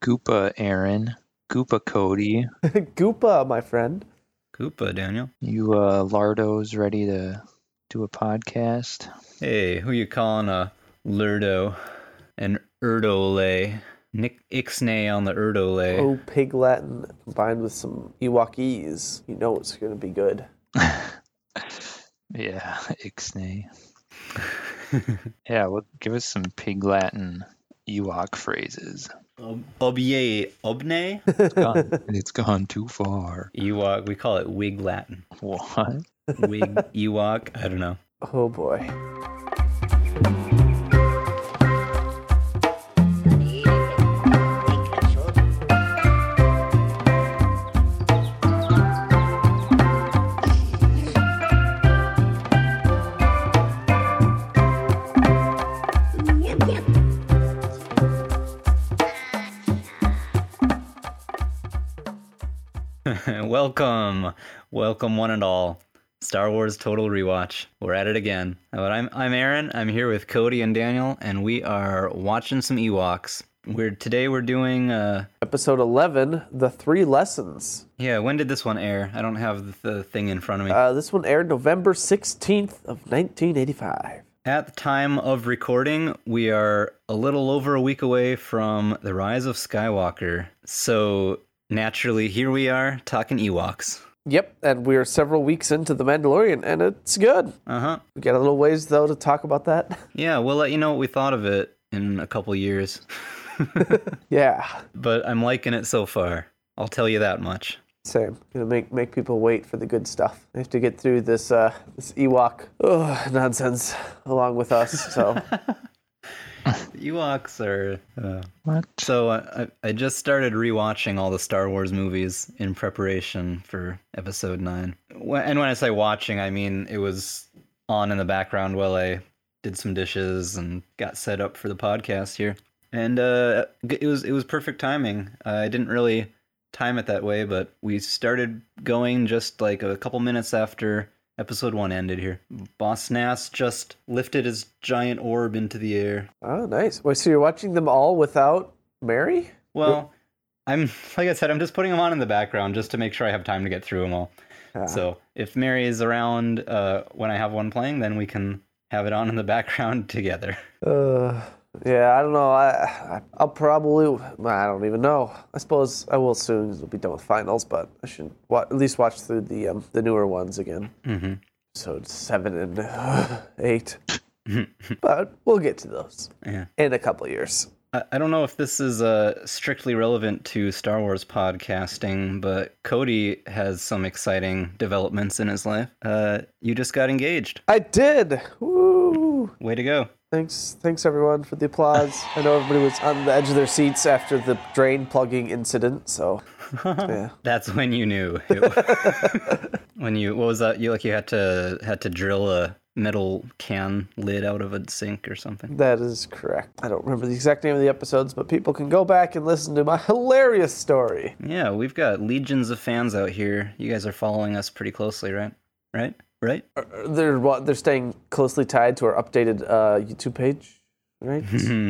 Goopa Aaron, Goopa Cody. Goopa, my friend. Koopa, Daniel. You uh, Lardo's ready to do a podcast. Hey, who you calling a lurdo? An erdole? Nick Ixnay on the erdole. Oh, pig Latin combined with some Ewokese. You know it's going to be good. Yeah, Ixnay. yeah, well, give us some pig Latin Ewok phrases. Ob- Um, Obye, obne? It's gone, it's gone too far. Ewok, we call it wig Latin. What? Wig Ewok, I don't know. Oh boy. welcome, welcome one and all. Star Wars Total Rewatch. We're at it again. But I'm I'm Aaron. I'm here with Cody and Daniel, and we are watching some Ewoks. We're today we're doing uh Episode 11 The Three Lessons. yeah. When did this one air? I don't have the thing in front of me. Uh, this one aired November 16th of 1985. At the time of recording, we are a little over a week away from The Rise of Skywalker. So, naturally, here we are talking Ewoks. Yep, and we are several weeks into The Mandalorian, and it's good. Uh huh. We got a little ways, though, to talk about that. Yeah, we'll let you know what we thought of it in a couple years. yeah, but I'm liking it so far. I'll tell you that much. same. Gonna make, make people wait for the good stuff. They have to get through this, uh, this Ewok ugh, nonsense along with us, so. Ewoks are. Uh... What? So I, I- I just started rewatching all the Star Wars movies in preparation for Episode Nine. Wh- And when I say watching, I mean it was on in the background while I did some dishes and got set up for the podcast here. And uh, g- it was it was perfect timing. I didn't really time it that way, but we started going just like a couple minutes after Episode One ended here. Boss Nass just lifted his giant orb into the air. Oh, nice. Wait, so you're watching them all without Mary? Well, I'm like I said, I'm just putting them on in the background just to make sure I have time to get through them all. Ah. So if Mary is around uh, when I have one playing, then we can have it on in the background together. Uh, yeah, I don't know. I, I I'll probably I don't even know. I suppose I will soon. 'cause We'll be done with finals, but I should wa- at least watch through the um, the newer ones again. Mm-hmm. Episode seven and eight, but we'll get to those Yeah. in a couple of years. I, I don't know if this is uh, strictly relevant to Star Wars podcasting, but Cody has some exciting developments in his life. Uh, you just got engaged. I did. Woo! Way to go! Thanks, thanks everyone for the applause. I know everybody was on the edge of their seats after the drain plugging incident, so yeah. That's when you knew. it- when you what was that? You like you had to had to drill a metal can lid out of a sink or something. That is correct. I don't remember the exact name of the episodes, but people can go back and listen to my hilarious story. Yeah, we've got legions of fans out here. You guys are following us pretty closely, right? Right? Right? They're wa- they're staying closely tied to our updated uh, YouTube page, right?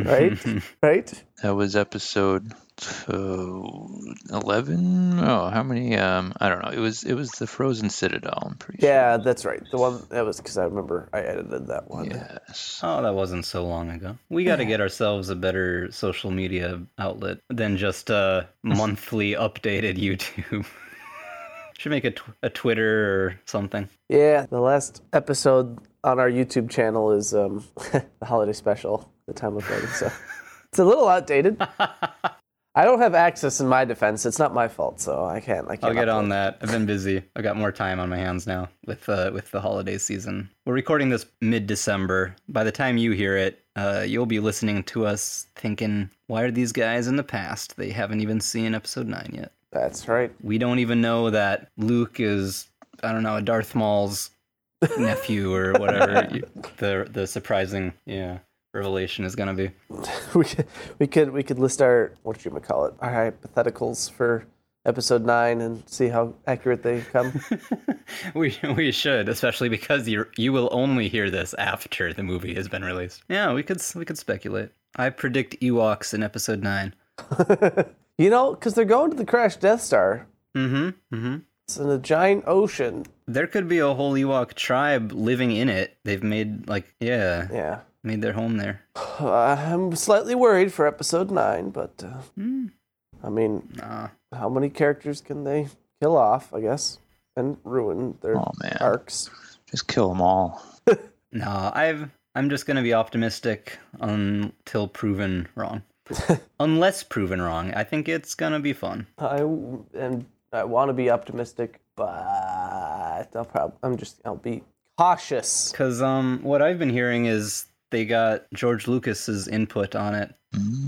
right? Right? That was episode eleven. Oh, how many? Um, I don't know. It was it was the Frozen Citadel. I'm pretty Yeah, that's right. The one that was because I remember I edited that one. sure. Yes. Oh, that wasn't so long ago. We got to get ourselves a better social media outlet than just a monthly updated YouTube. Should make a, tw- a Twitter or something. Yeah, the last episode on our YouTube channel is um, the holiday special, the time of writing. So it's a little outdated. I don't have access in my defense. It's not my fault, so I can't. I can't I'll get upload. on that. I've been busy. I've got more time on my hands now with uh, with the holiday season. We're recording this mid December. By the time you hear it, uh, you'll be listening to us thinking, "Why are these guys in the past? They haven't even seen episode nine yet. That's right. We don't even know that Luke is I don't know Darth Maul's nephew or whatever. you- the the surprising yeah revelation is gonna be. we could, we could we could list our what you might call it our hypotheticals for episode nine and see how accurate they come. we we should, especially because you you will only hear this after the movie has been released. Yeah, we could s- we could speculate. I predict Ewoks in episode nine. You know, because they're going to the crashed Death Star. Mm-hmm. Mm-hmm. It's in a giant ocean. There could be a whole Ewok tribe living in it. They've made like yeah, Yeah. Uh, made their home there. I'm slightly worried for episode nine, but uh, Hmm. I mean, Nah. how many characters can they kill off, I guess, and ruin their Oh man, arcs? just kill them all. No, I've I'm just gonna be optimistic until proven wrong. Unless proven wrong, I think it's gonna be fun. I w- am. I want to be optimistic, but I'll probably. I'm just. I'll be cautious. Cause um, what I've been hearing is they got George Lucas's input on it.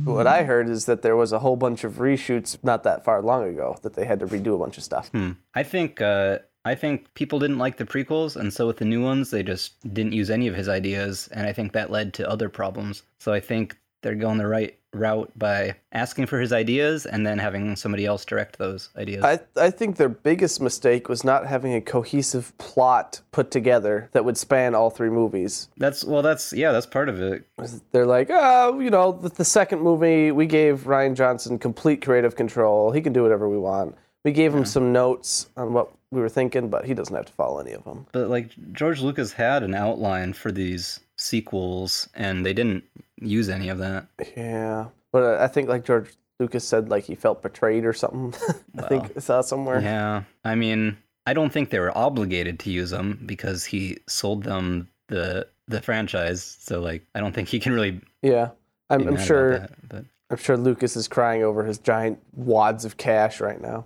What Hmm. I heard is that there was a whole bunch of reshoots not that far long ago that they had to redo a bunch of stuff. Hmm. I think uh, I think people didn't like the prequels, and so with the new ones, they just didn't use any of his ideas, and I think that led to other problems. So I think they're going the right route by asking for his ideas and then having somebody else direct those ideas. I, I think their biggest mistake was not having a cohesive plot put together that would span all three movies. that's well, that's yeah, that's part of it. They're like, oh, you know, the, the second movie, we gave Ryan Johnson complete creative control. He can do whatever we want. We gave him some notes on what we were thinking, but he doesn't have to follow any of them. But like George Lucas had an outline for these sequels, and they didn't use any of that. Yeah. But uh, I think, like George Lucas said, like he felt betrayed or something. I think I saw somewhere. Yeah, I mean, I don't think they were obligated to use them because he sold them the the franchise. So like, I don't think he can really. be Yeah. I'm, mad I'm about sure. that, but I'm sure Lucas is crying over his giant wads of cash right now.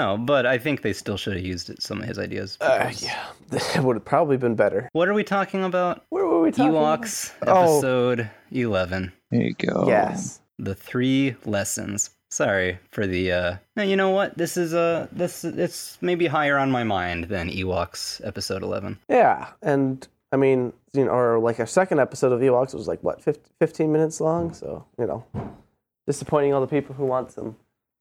no, but I think they still should have used it, some of his ideas. Uh, because- yeah, that would have probably been better. What are we talking about? Where were we talking? about? Ewoks Oh. episode eleven. There you go. Yes. the three lessons sorry for the uh no you know what this is uh this it's maybe higher on my mind than ewoks episode 11 Yeah, and I mean, you know, or like our second episode of Ewoks was like what, 15, 15 minutes long? So you know, disappointing all the people who want some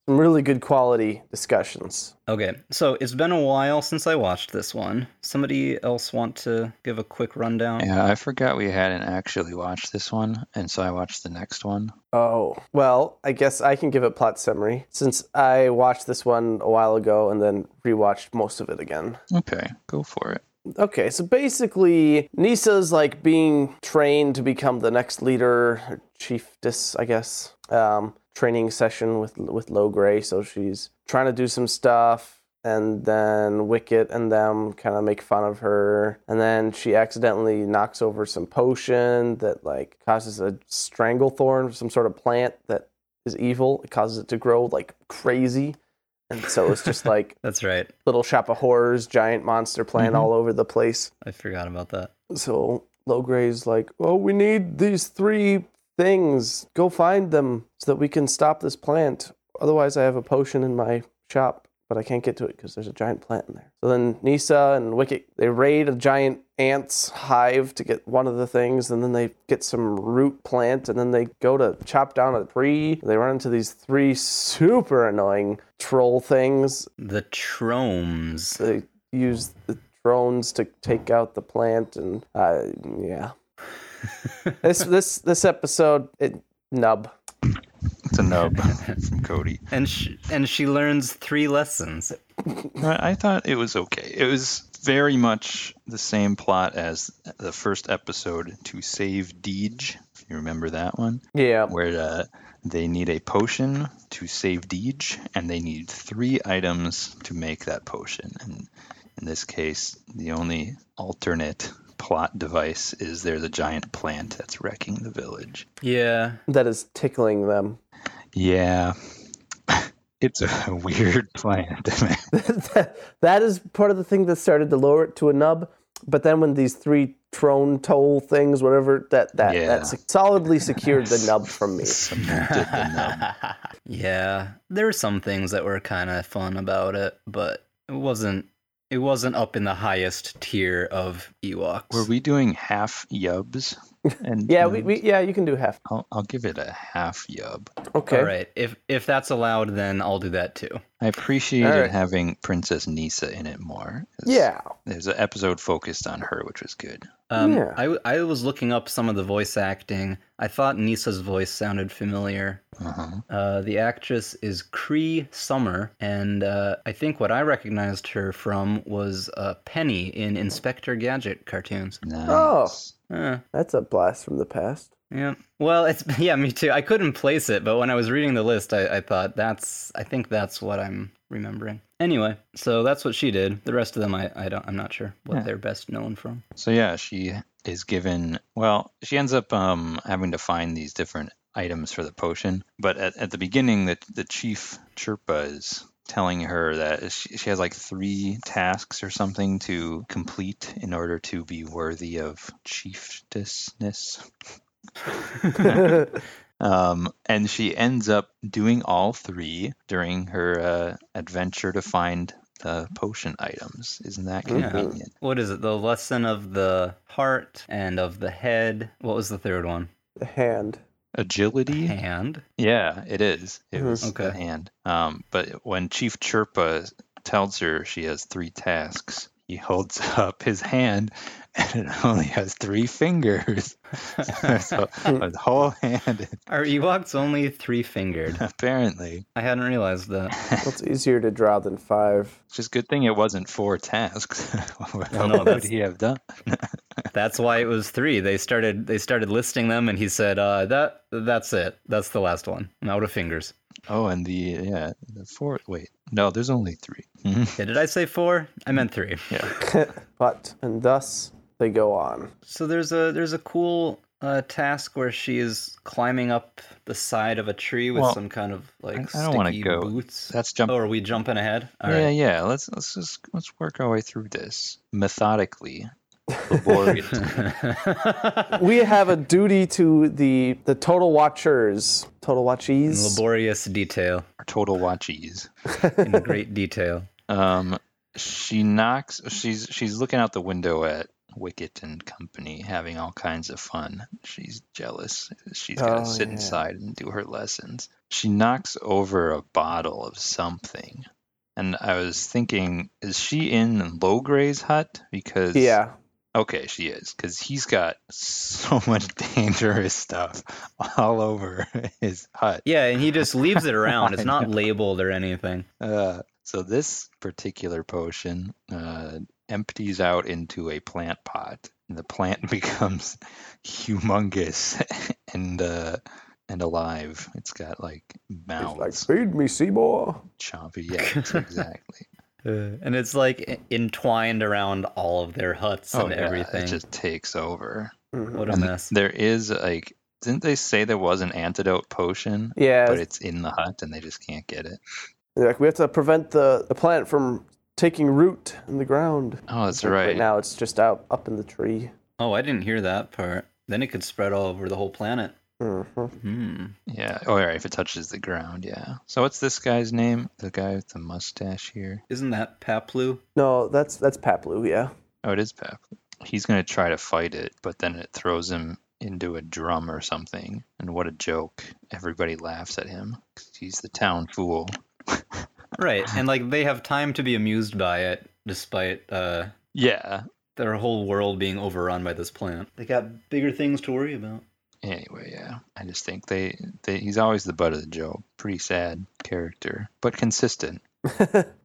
some really good quality discussions. okay so it's been a while since i watched this one somebody else want to give a quick rundown Yeah, I forgot we hadn't actually watched this one, and so I watched the next one. Oh well, I guess I can give it plot summary since I watched this one a while ago and then rewatched most of it again. Okay, go for it. Okay, so basically, Nisa's like being trained to become the next leader, or chiefess, I guess. Um, training session with with Low Gray, so she's trying to do some stuff, and then Wicket and them kind of make fun of her, and then she accidentally knocks over some potion that like causes a strangle thorn, some sort of plant that is evil. It causes it to grow like crazy, and so it's just like that's right little shop of horrors, giant monster plant all over the place. i forgot about that So Logray's like, "Oh, we need these three things. Go find them so that we can stop this plant. Otherwise, I have a potion in my shop, but I can't get to it because there's a giant plant in there." So then Nisa and Wicket they raid a giant ants hive to get one of the things, and then they get some root plant, and then they go to chop down a tree. They run into these three super annoying troll things, the tromes they use the drones to take out the plant and uh, yeah this this this episode it nub It's a nub from Cody. and she, and she learns three lessons I I thought it was okay. It was very much the same plot as the first episode to save Deej, if you remember that one, yeah where uh, they need a potion to save Deej, and they need three items to make that potion. And in this case, the only alternate plot device is there's a giant plant that's wrecking the village. yeah that is tickling them Yeah. It's a weird plant. that is part of the thing that started to lower it to a nub but then when these three drone toll things whatever that that Yeah. that se- solidly secured the nub from me Cemented the nub. yeah there were some things that were kind of fun about it but it wasn't it wasn't up in the highest tier of ewoks Were we doing half yubs? And Yeah, and we, we yeah, you can do half. I'll, I'll give it a half yub. Okay. All right. If if that's allowed, then I'll do that too. I appreciated All right. having Princess Nisa in it more. 'cause Yeah. There's an episode focused on her, which was good. Um, Yeah. I w- I was looking up some of the voice acting. I thought Nisa's voice sounded familiar. Uh-huh. Uh, the actress is Cree Summer, and uh, I think what I recognized her from was uh, Penny in Inspector Gadget cartoons. Nice. Oh. Uh, That's a blast from the past. yeah. Well, it's yeah, me too. I couldn't place it, but when I was reading the list, I, I thought that's I think that's what I'm remembering. Anyway, so that's what she did. The rest of them, I, I don't I'm not sure what Yeah. they're best known from. So yeah, she is given. Well, she ends up um, having to find these different items for the potion. But at, at the beginning, the the chief Chirpa is telling her that she, she has like three tasks or something to complete in order to be worthy of chiefessness. Um, and she ends up doing all three during her uh, adventure to find the potion items. Isn't that Yeah. convenient? What is it? The lesson of the heart and of the head. What was the third one? the hand. Agility. Hand. Yeah, it is. It Mhm. was okay. Okay. hand. Um, but when Chief Chirpa tells her she has three tasks, he holds up his hand and it only has three fingers. so his whole hand, Are Ewoks only three fingered? apparently. I hadn't realized that. Well, it's easier to draw than five. It's just good thing it wasn't four tasks. what Well, Oh, no, what would that's- he have done? That's why it was three. They started they started listing them, and he said, uh, "That that's it. That's the last one. I'm out of fingers." Oh, and the yeah, the four. Wait, no, there's only three. Yeah, did I say four? I meant three. but and thus they go on. So there's a there's a cool uh, task where she is climbing up the side of a tree with Well, some kind of I- like I don't wanna sticky go- boots. That's jump Oh, are we jumping ahead? All yeah, right. yeah. Let's let's just let's work our way through this methodically, laboriously. We have a duty to the the total watchers, total watchees. Laborious detail our total watchies. in great detail. Um, she knocks. She's she's looking out the window at Wicket and company, having all kinds of fun. She's jealous. She's gotta Oh, sit yeah. inside and do her lessons. She knocks over a bottle of something, and I was thinking, is she in Lowgray's hut? Because Yeah. Okay, she is, because he's got so much dangerous stuff all over his hut. Yeah, and he just leaves it around. I It's not labeled or anything. Uh, so this particular potion uh, empties out into a plant pot. And the plant becomes humongous and uh, and alive. It's got like It's like mouths, feed me, Seymour. chompy. Yeah, exactly. Uh, and it's like en- entwined around all of their huts and Oh, yeah, everything. it just takes over. Mhm. What a And mess. There is like, didn't they say there was an antidote potion? Yeah. but it's in the hut and they just can't get it. They're like we have to prevent the, the plant from taking root in the ground. Oh, that's Like, right. Right now it's just out up in the tree. Oh, I didn't hear that part. Then it could spread all over the whole planet. Mhm. Hmm. Yeah. Oh, yeah. If it touches the ground, yeah. So what's this guy's name? The guy with the mustache here. Isn't that Paplu? No, that's that's Paplu, yeah. Oh, it is Pep. He's gonna try to fight it, but then it throws him into a drum or something. And what a joke! Everybody laughs at him 'cause he's the town fool. Right. And like they have time to be amused by it despite uh Yeah. their whole world being overrun by this plant. They got bigger things to worry about. Anyway, yeah. I just think they, they he's always the butt of the joke. Pretty sad character, but consistent.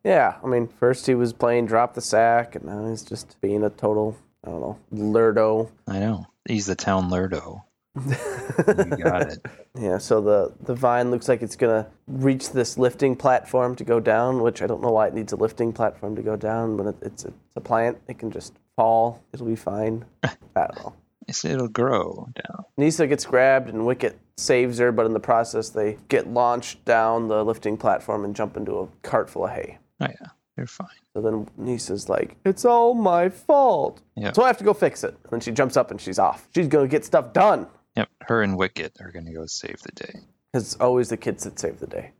Yeah, I mean, first he was playing drop the sack, and now he's just being a total, I don't know, lurdo. I know. He's the town lurdo. You got it. Yeah, so the, the vine looks like it's gonna reach this lifting platform to go down, which I don't know why it needs a lifting platform to go down, but it, it's, a, it's a plant. It can just fall. It'll be fine. I don't know. It's, it'll grow down. Nisa gets grabbed and Wicket saves her, but in the process they get launched down the lifting platform and jump into a cart full of hay. Oh yeah, you're fine. So then Nisa's like, "It's all my fault." Yeah. So I have to go fix it. And then she jumps up and she's off. She's gonna get stuff done. Yep, her and Wicket are gonna go save the day. Because it's always the kids that save the day.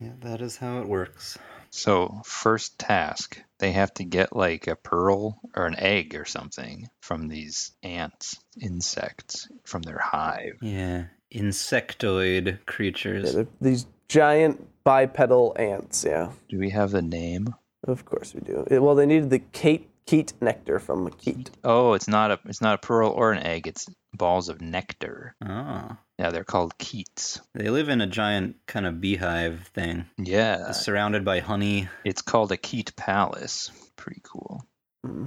Yeah, that is how it works. So, first task, they have to get like a pearl or an egg or something from these ants, insects from their hive. Yeah, insectoid Yeah, creatures. they're these giant bipedal ants. Yeah, Do we have the name? of course we do. It- well, they needed the Kate Keat nectar from a Keat. Oh, it's not a it's not a pearl or an egg. It's balls of nectar. Oh, Yeah, they're called keats. they live in a giant kind of beehive thing, Uh, Yeah, surrounded by honey. it's called a keat palace. Pretty cool. hmm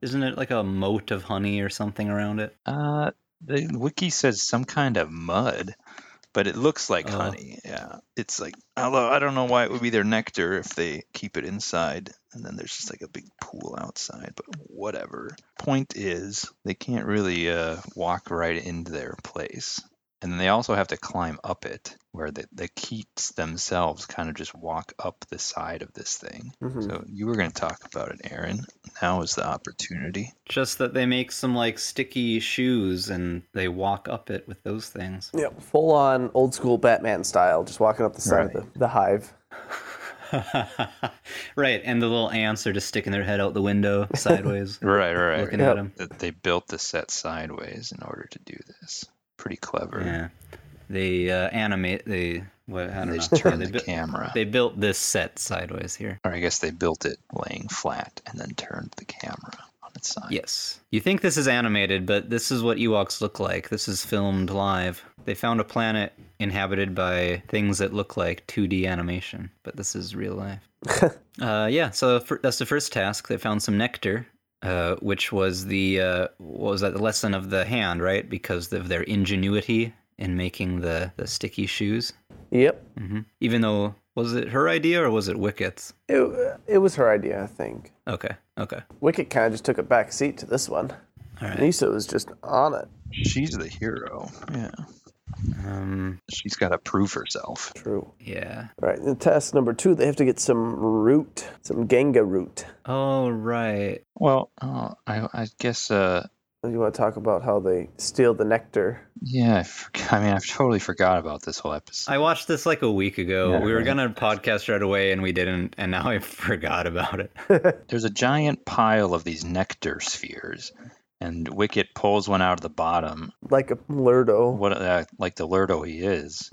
Isn't it like a moat of honey or something around it? Uh, the wiki says some kind of mud, but it looks like Oh. honey. Yeah, it's like although I don't know why it would be their nectar if they keep it inside, and then there's just like a big pool outside. But whatever. Point is, they can't really uh, walk right into their place. And then they also have to climb up it, where the, the keats themselves kind of just walk up the side of this thing. hmm So you were going to talk about it, Aaron. Now is the opportunity. Just that they make some like sticky shoes and they walk up it with those things. Yeah, full on old school Batman style, just walking up the side of the, the hive. right, and the little ants are just sticking their head out the window sideways, Right, right, right. looking Yep. at them. that they built the set sideways in order to do this. Pretty clever. Yeah, they uh, animate. They what? I And don't they know. just turned they, the bu- camera. they built this set sideways here. or I guess they built it laying flat and then turned the camera on its side. Yes. You think this is animated, but this is what Ewoks look like. This is filmed live. They found a planet inhabited by things that look like 2D animation, but this is real life. uh, yeah, so fir- that's the first task. They found some nectar. Uh, which was the uh, what was that the lesson of the hand, right? Because of their ingenuity in making the, the sticky shoes. Yep, hmm Even though was it her idea or was it Wicket's? it, it was her idea, I think. Okay, okay. Wicket kind of just took a back seat to this one. All right. Nisa was just on it. She's the hero. Yeah. Um, She's got to prove herself. True. yeah. All right, and task number two, they have to get some root, some Ganga root. Oh right. Well, oh, I, I guess, uh, You want to talk about how they steal the nectar? yeah, I, forg I mean, I've totally forgot about this whole episode. I watched this like a week ago. Yeah, we were right. gonna podcast right away, and we didn't, and now I forgot about it. There's a giant pile of these nectar spheres, and Wicket pulls one out of the bottom Like a Lurdo. what uh, like the Lurdo he is.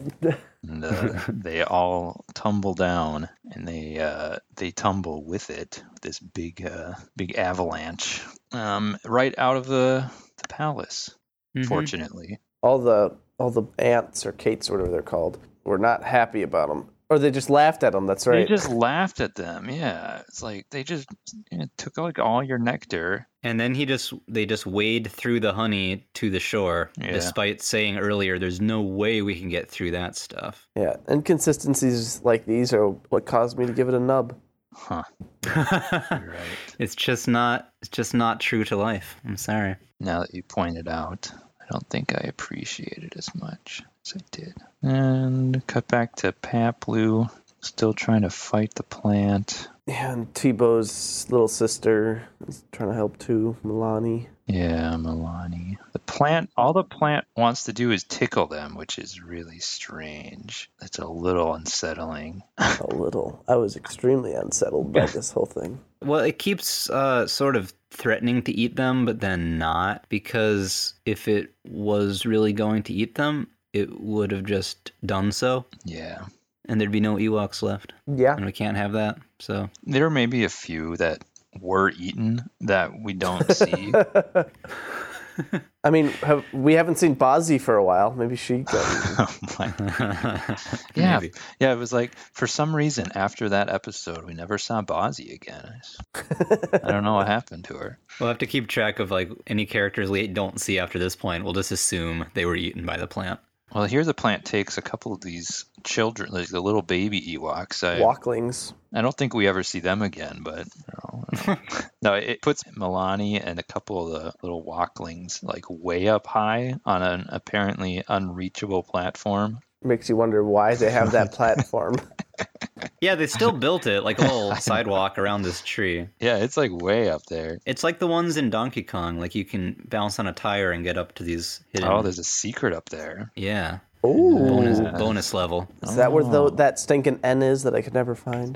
And, uh, they all tumble down, and they uh, they tumble with it, this big uh, big avalanche, um, right out of the the palace. Fortunately, All the all the ants or cates, whatever they're called, were not happy about them, or they just laughed at them. That's they right. just laughed at them. Yeah, it's like they just you know, took like all your nectar. And then he just they just wade through the honey to the shore, Yeah. despite saying earlier there's no way we can get through that stuff. yeah, inconsistencies like these are what caused me to give it a nub. Huh. Right. it's just not it's just not true to life. I'm sorry. Now that you point it out, I don't think I appreciate it as much as I did. And cut back to Paplu, still trying to fight the plant. Yeah, and Tebow's little sister is trying to help too, Milani. Yeah, Milani. The plant, all the plant wants to do is tickle them, which is really strange. That's a little unsettling. A little. I was extremely unsettled by this whole thing. Well, it keeps uh, sort of threatening to eat them, but then not, because if it was really going to eat them, it would have just done so, Yeah. and there'd be no Ewoks left, Yeah. and we can't have that. So, There may be a few that were eaten that we don't see. I mean, have, we haven't seen Bozzy for a while. Maybe she. Got, oh my Yeah, maybe. yeah. It was like for some reason after that episode, we never saw Bozzy again. I s- I don't know what happened to her. we'll have to keep track of like any characters we don't see after this point. We'll just assume they were eaten by the plant. Well, here the plant takes a couple of these children, like the little baby Ewoks. I, walklings. I don't think we ever see them again, but I don't know. no, it puts Milani and a couple of the little walklings like way up high on an apparently unreachable platform. Makes you wonder why they have that platform. Yeah, they still built it like a little sidewalk around this tree. Yeah, it's like way up there. It's like the ones in Donkey Kong, like you can bounce on a tire and get up to these hidden. Oh, there's a secret up there. yeah. Ooh. Bonus, Yeah. bonus level. Is that where tho- that stinking N is that I could never find?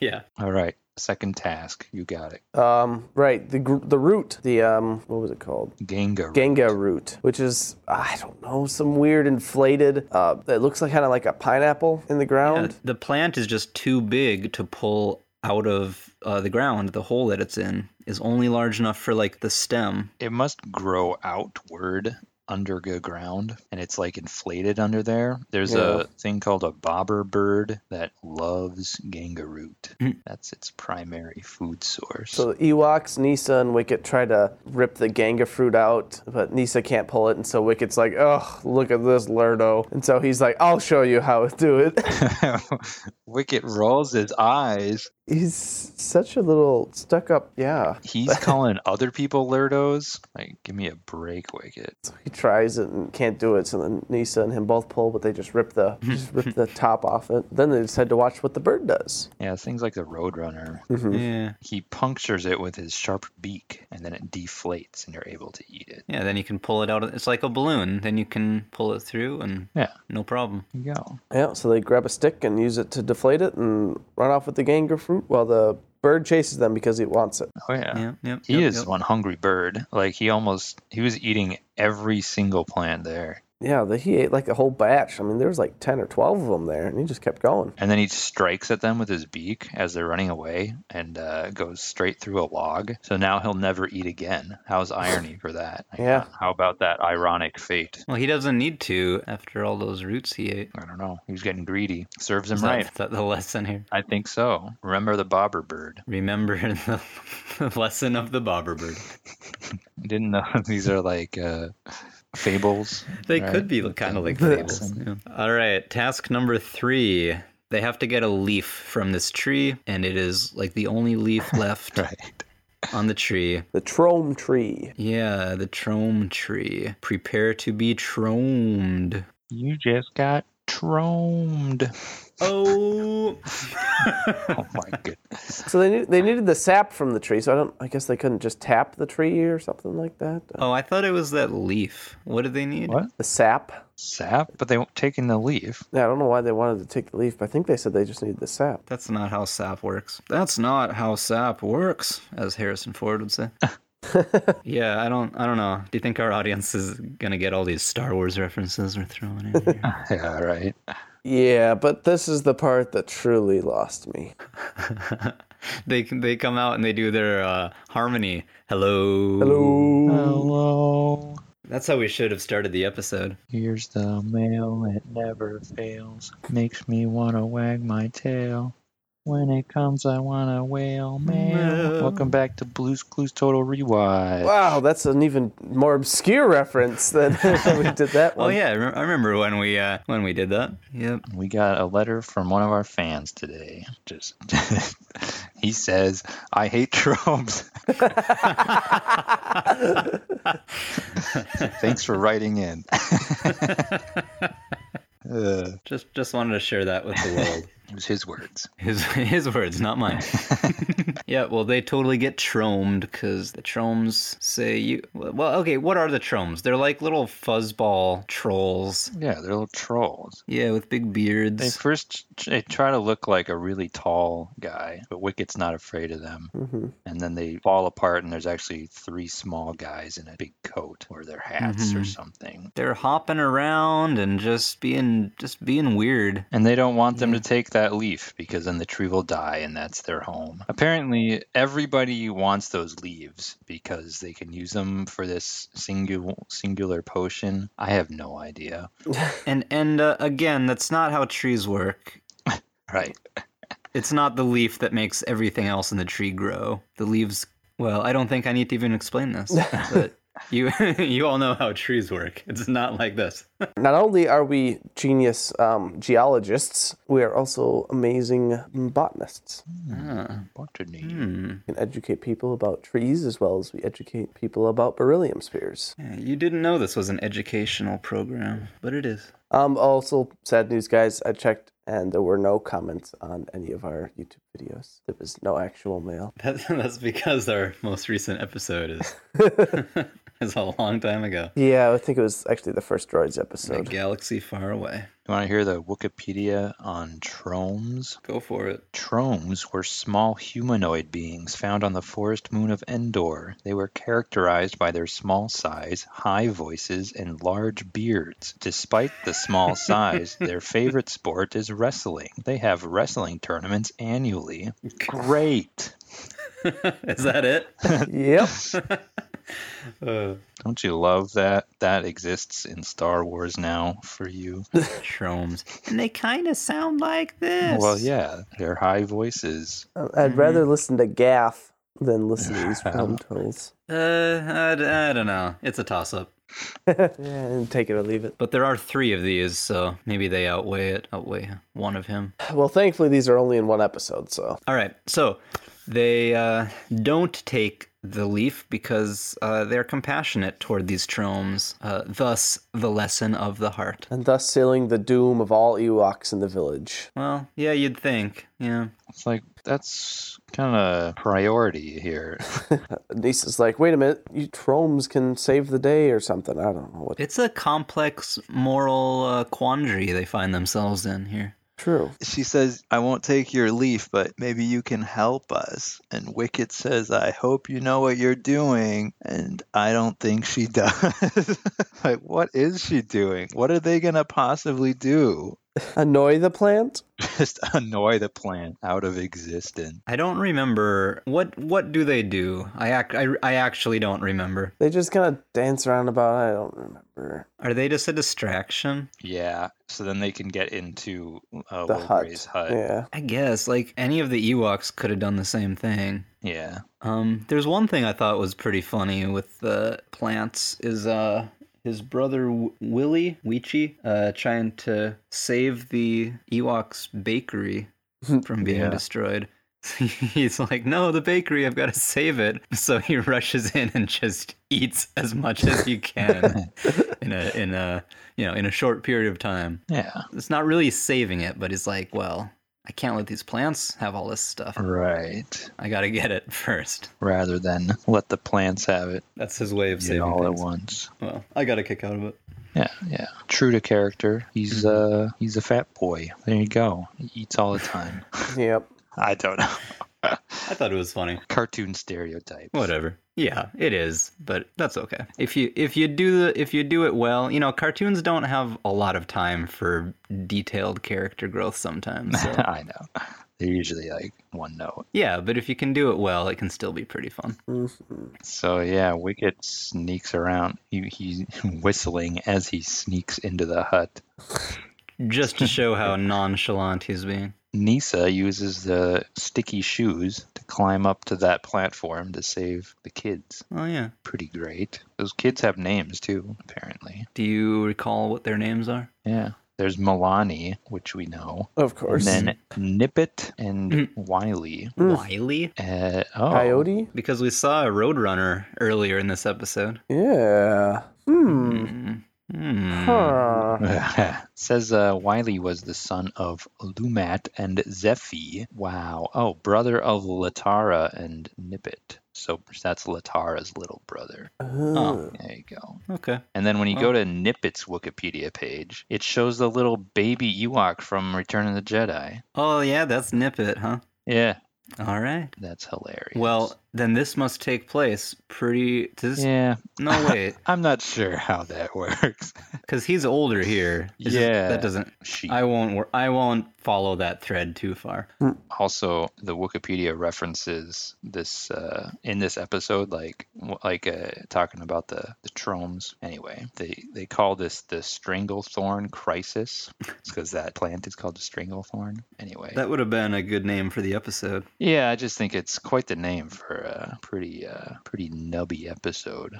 yeah. All right, second task. You got it. Um, right, the gr- the root, the um, what was it called? Gengar. Genga root, which is I don't know, some weird inflated. Uh, it looks like kind of like a pineapple in the Uh, ground. the plant is just too big to pull out of uh, the ground. The hole that it's in is only large enough for like the stem. it must grow outward under the ground and it's like inflated under there there's Yeah. a thing called a bobber bird that loves ganga root that's its primary food source So the Ewoks, Nisa, and Wicket try to rip the Ganga fruit out, but Nisa can't pull it, and so Wicket's like, "Oh, look at this Lurdo," and so he's like, "I'll show you how to do it." wicket rolls his eyes he's such a little stuck up. Yeah, he's calling other people lurdos like give me a break wicket so he tries it and can't do it. So then Nisa and him both pull, but they just rip the just rip the top off it. Then they decide to watch what the bird does. yeah things like the roadrunner Yeah. he punctures it with his sharp beak and then it deflates and you're able to eat it Yeah. Then you can pull it out. It's like a balloon. Then you can pull it through, and yeah no problem. there you go Yeah, so they grab a stick and use it to deflate it and run off with the Ganga fruit while the bird chases them because he wants it. oh yeah Yeah. Yep. He yep, is yep. one hungry bird. Like he almost he was eating every single plant there. Yeah, the, he ate like a whole batch. I mean, there was like 10 or 12 of them there, and he just kept going. And then he strikes at them with his beak as they're running away and uh, goes straight through a log. So now he'll never eat again. How's irony for that? Like, uh, Yeah. How about that ironic fate? Well, he doesn't need to after all those roots he ate. I don't know. He was getting greedy. Serves him Is right. that, is that the lesson here? I think so. Remember the bobber bird. Remember the lesson of the bobber bird. I didn't know these are like uh, fables. They Right. could be kind of like Yeah. fables. yeah. All right, task number three. They have to get a leaf from this tree, and it is like the only leaf left Right. on the tree. The Trome tree. Yeah, the trome tree. Prepare to be tromed. You just got tromed. Oh, Oh my goodness. So they, need, they needed the sap from the tree, so I don't. I guess they couldn't just tap the tree or something like that. Uh, oh, I thought it was that leaf. What did they need? What? The sap. Sap, but they won't take in the leaf. Yeah, I don't know why they wanted to take the leaf, but I think they said they just needed the sap. That's not how sap works. That's not how sap works, as Harrison Ford would say. yeah, I don't I don't know. Do you think our audience is gonna get all these Star Wars references we're throwing in here? Yeah, right. Yeah, but this is the part that truly lost me. they they come out and they do their uh, harmony. Hello. Hello. Oh. Hello. That's how we should have started the episode. Here's the mail, it never fails. Makes me wanna wag my tail. When it comes, I wanna wail, mail. Mail. Welcome back to Blues Clues Total Rewatch. Wow, that's an even more obscure reference than when we did that Oh one. yeah, I rem- I remember when we uh, when we did that. Yep. We got a letter from one of our fans today. Just he says, "I hate tropes." Thanks for writing in. uh, Just just wanted to share that with the world. it was his words. His his words, not mine. yeah, well, they totally get tromed because the tromes say you. Well, okay, what are the tromes? They're like little fuzzball trolls. Yeah, they're little trolls. Yeah, with big They beards. first tr- they try to look like a really tall guy, but Wicket's not afraid of them. Mhm. And then they fall apart, and there's actually three small guys in a big coat or their hats or something. They're hopping around and just being just being weird. And they don't want them to take that leaf because then the tree will die and that's their home. Apparently, everybody wants those leaves because they can use them for this singular singular potion. I have no idea. And and uh, again, that's not how trees work. Right. It's not the leaf that makes everything else in the tree grow. The leaves. Well, I don't think I need to even explain this. But you you all know how trees work. It's not like this. Not only are we genius um, geologists, we are also amazing botanists. Ah. Botany. Hmm. We can educate people about trees as well as we educate people about beryllium spheres. Yeah, you didn't know this was an educational program, but it is. Um, also, sad news, guys, I checked and there were no comments on any of our YouTube videos. There was no actual mail. That's, that's because our most recent episode is is a long time ago. Yeah, I think it was actually the first droids A episode. galaxy far away. You want to hear the Wikipedia on Tromes? Go for it. Tromes were small humanoid beings found on the forest moon of Endor. They were characterized by their small size, high voices, and large beards. Despite the small size, their favorite sport is wrestling. They have wrestling tournaments annually. Great! is that it? Yep. Uh, Don't you love that? That exists in Star Wars now for you. Shrooms. And they kind of sound like this. Well, yeah, their high voices. Uh, I'd rather listen to Gaff than listen to these rumtles. Uh, I, I don't know. It's a toss up. yeah, and take it or leave it. But there are three of these, so maybe they outweigh it. Outweigh one of him. Well, thankfully these are only in one episode, so All right. So they uh, don't take the leaf because uh, they're compassionate toward these tromes. Uh, thus, the lesson of the heart. and thus sealing the doom of all Ewoks in the village. Well, yeah, you'd think. Yeah. It's like, that's kind of priority here. Lisa's like, wait a minute, you Tromes can save the day or something. I don't know what. It's a complex moral uh, quandary they find themselves in here. True. She says, I won't take your leaf, but maybe you can help us. And Wicket says, I hope you know what you're doing. And I don't think she does. like, what is she doing? What are they going to possibly do? Annoy the plant? just annoy the plant out of existence. I don't remember what what do they do. I ac- I, I actually don't remember. They just kind of dance around about. I don't remember. Are they just a distraction? Yeah. So then they can get into uh, The hut. Wolverine's hut. Yeah. I guess like any of the Ewoks could have done the same thing. Yeah. Um, there's one thing I thought was pretty funny with the plants is uh his brother w- Willie Weechie uh trying to save the Ewoks bakery from being Yeah. destroyed. He's like, no, the bakery, I've got to save it. So he rushes in and just eats as much as he can in a in a you know in a short period of time. Yeah. It's not really saving it, but he's like, well, I can't let these plants have all this stuff. Right. I got to get it first. Rather than let the plants have it That's his way of you know, saving all things. at once. Well, I got a kick out of it. Yeah. Yeah. True to character. He's uh he's a fat boy. There you go. He eats all the time. Yep. I don't know. I thought it was funny. Cartoon stereotypes. Whatever. Yeah, it is, but that's okay. If you if you do the if you do it well, you know, cartoons don't have a lot of time for detailed character growth sometimes. so- I know. They're usually like one note. yeah, but if you can do it well, it can still be pretty fun. mm-hmm. So yeah, Wicket sneaks around. He he's whistling as he sneaks into the hut. Just to show how nonchalant he's being. Nisa uses the sticky shoes to climb up to that platform to save the kids. Oh yeah. Pretty great. Those kids have names too, apparently. Do you recall what their names are? Yeah. There's Milani, which we know, Of and course. then Nippet and Wiley. Hmm. Wiley? Uh, oh, Coyote? Because we saw a Roadrunner earlier in this episode. Yeah. Hmm. Hmm. Huh. says uh, Wiley was the son of Lumat and Zephi. Wow. Oh, brother of Latara and Nippet. So that's Latara's little brother. Uh-huh. Oh, There you go. okay. And then when you go Oh. to Nippet's Wikipedia page, it shows the little baby Ewok from Return of the Jedi. Oh yeah, that's Nippet, huh? Yeah, All right. that's hilarious. Well, then this must take place pretty. Does, yeah, No, wait, I'm not sure how that works. because he's older here. Is this- Yeah. that doesn't. She I won't. wor- I won't follow that thread too far. also the Wikipedia references this uh, in this episode, like like uh, talking about the the tromes. Anyway, they they call this the Stranglethorn crisis because that plant is called the Stranglethorn. Anyway, That would have been a good name for the episode. Yeah, I just think it's quite the name for a pretty, uh, pretty nubby episode.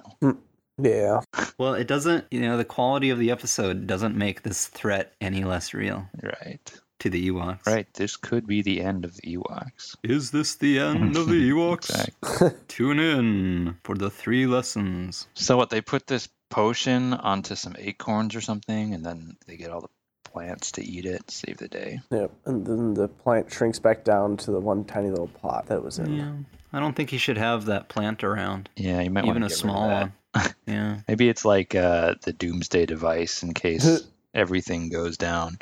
Yeah. Well, it doesn't. You know, the quality of the episode doesn't make this threat any less real Right, to the Ewoks. right. This could be the end of the Ewoks. Is this the end of the Ewoks? Exactly. Tune in for the three lessons. So what? They put this potion onto some acorns or something, and then they get all the plants to eat it, save the day. Yep. And then the plant shrinks back down to the one tiny little pot that was in. Yeah. I don't think he should have that plant around. Yeah, you might want Even to a small one. Yeah. Maybe it's like uh, the doomsday device in case everything goes down.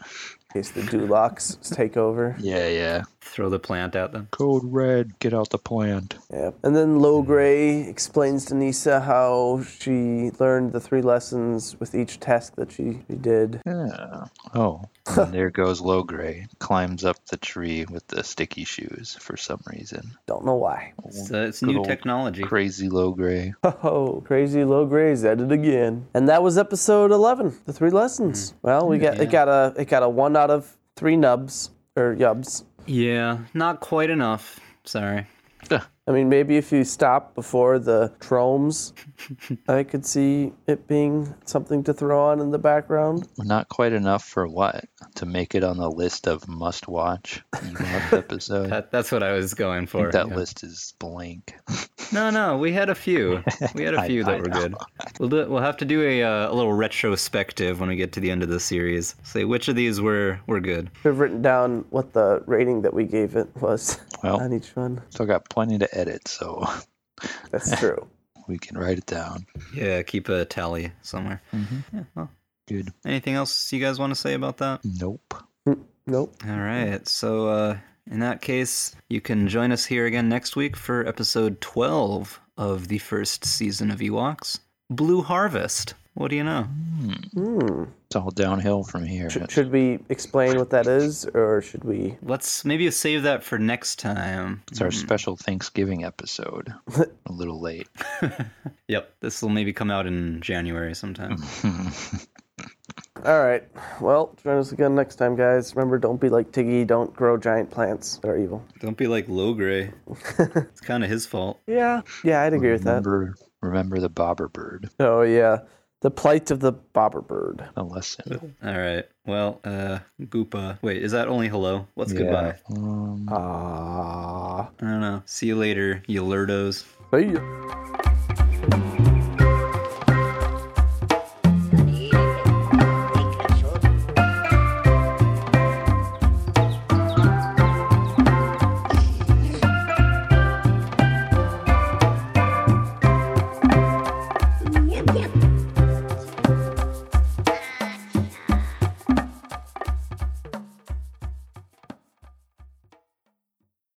In case the Dulocs take over. Yeah, yeah. Throw the plant at them. Code red, get out the plant. Yep. And then Low Gray explains to Nisa how she learned the three lessons with each task that she, she did. Yeah. Oh, and there goes Low Gray. Climbs up the tree with the sticky shoes for some reason. Don't know why. It's, uh, it's Good new old technology. Crazy Low Gray. Oh, crazy Low Gray's at it again. And that was episode eleven, the three lessons. Well, we got Yeah. it got a it got a one out of three nubs or yubs. Yeah, not quite enough. Sorry. I mean, maybe if you stop before the tromes, I could see it being something to throw on in the background. Not quite enough for what? To make it on the list of must watch Ewoks episode. That, that's what I was going I for. think that yeah. list is blank. No, no, we had a few. We had a I- few I that were good. We'll do, we'll have to do a, uh, a little retrospective when we get to the end of the series. Say which of these were were good. I've written down what the rating that we gave it was Well, on each one. still got plenty to edit, so That's true. we can write it down. Yeah, keep a tally somewhere. Yeah, well, Good. anything else you guys want to say about that? Nope. nope. All right. So uh, in that case, you can join us here again next week for episode 12 of the first season of Ewoks, Blue Harvest. What do you know? Hmm. It's all downhill from here. Should, should we explain what that is, or should we? Let's maybe save that for next time. It's our special Thanksgiving episode. A little late. Yep. This will maybe come out in January sometime. All right. Well, join us again next time, guys. Remember, don't be like Tiggy. Don't grow giant plants that are evil. Don't be like Logray. it's kind of his fault. Yeah. Yeah, I'd agree with that. Remember, remember the bobber bird. Oh yeah, the plight of the bobber bird. A lesson. All right. Well, uh, Goopa. Wait, is that only hello? What's goodbye? Um, Ah. I don't know. See you later, you lurdos. See ya.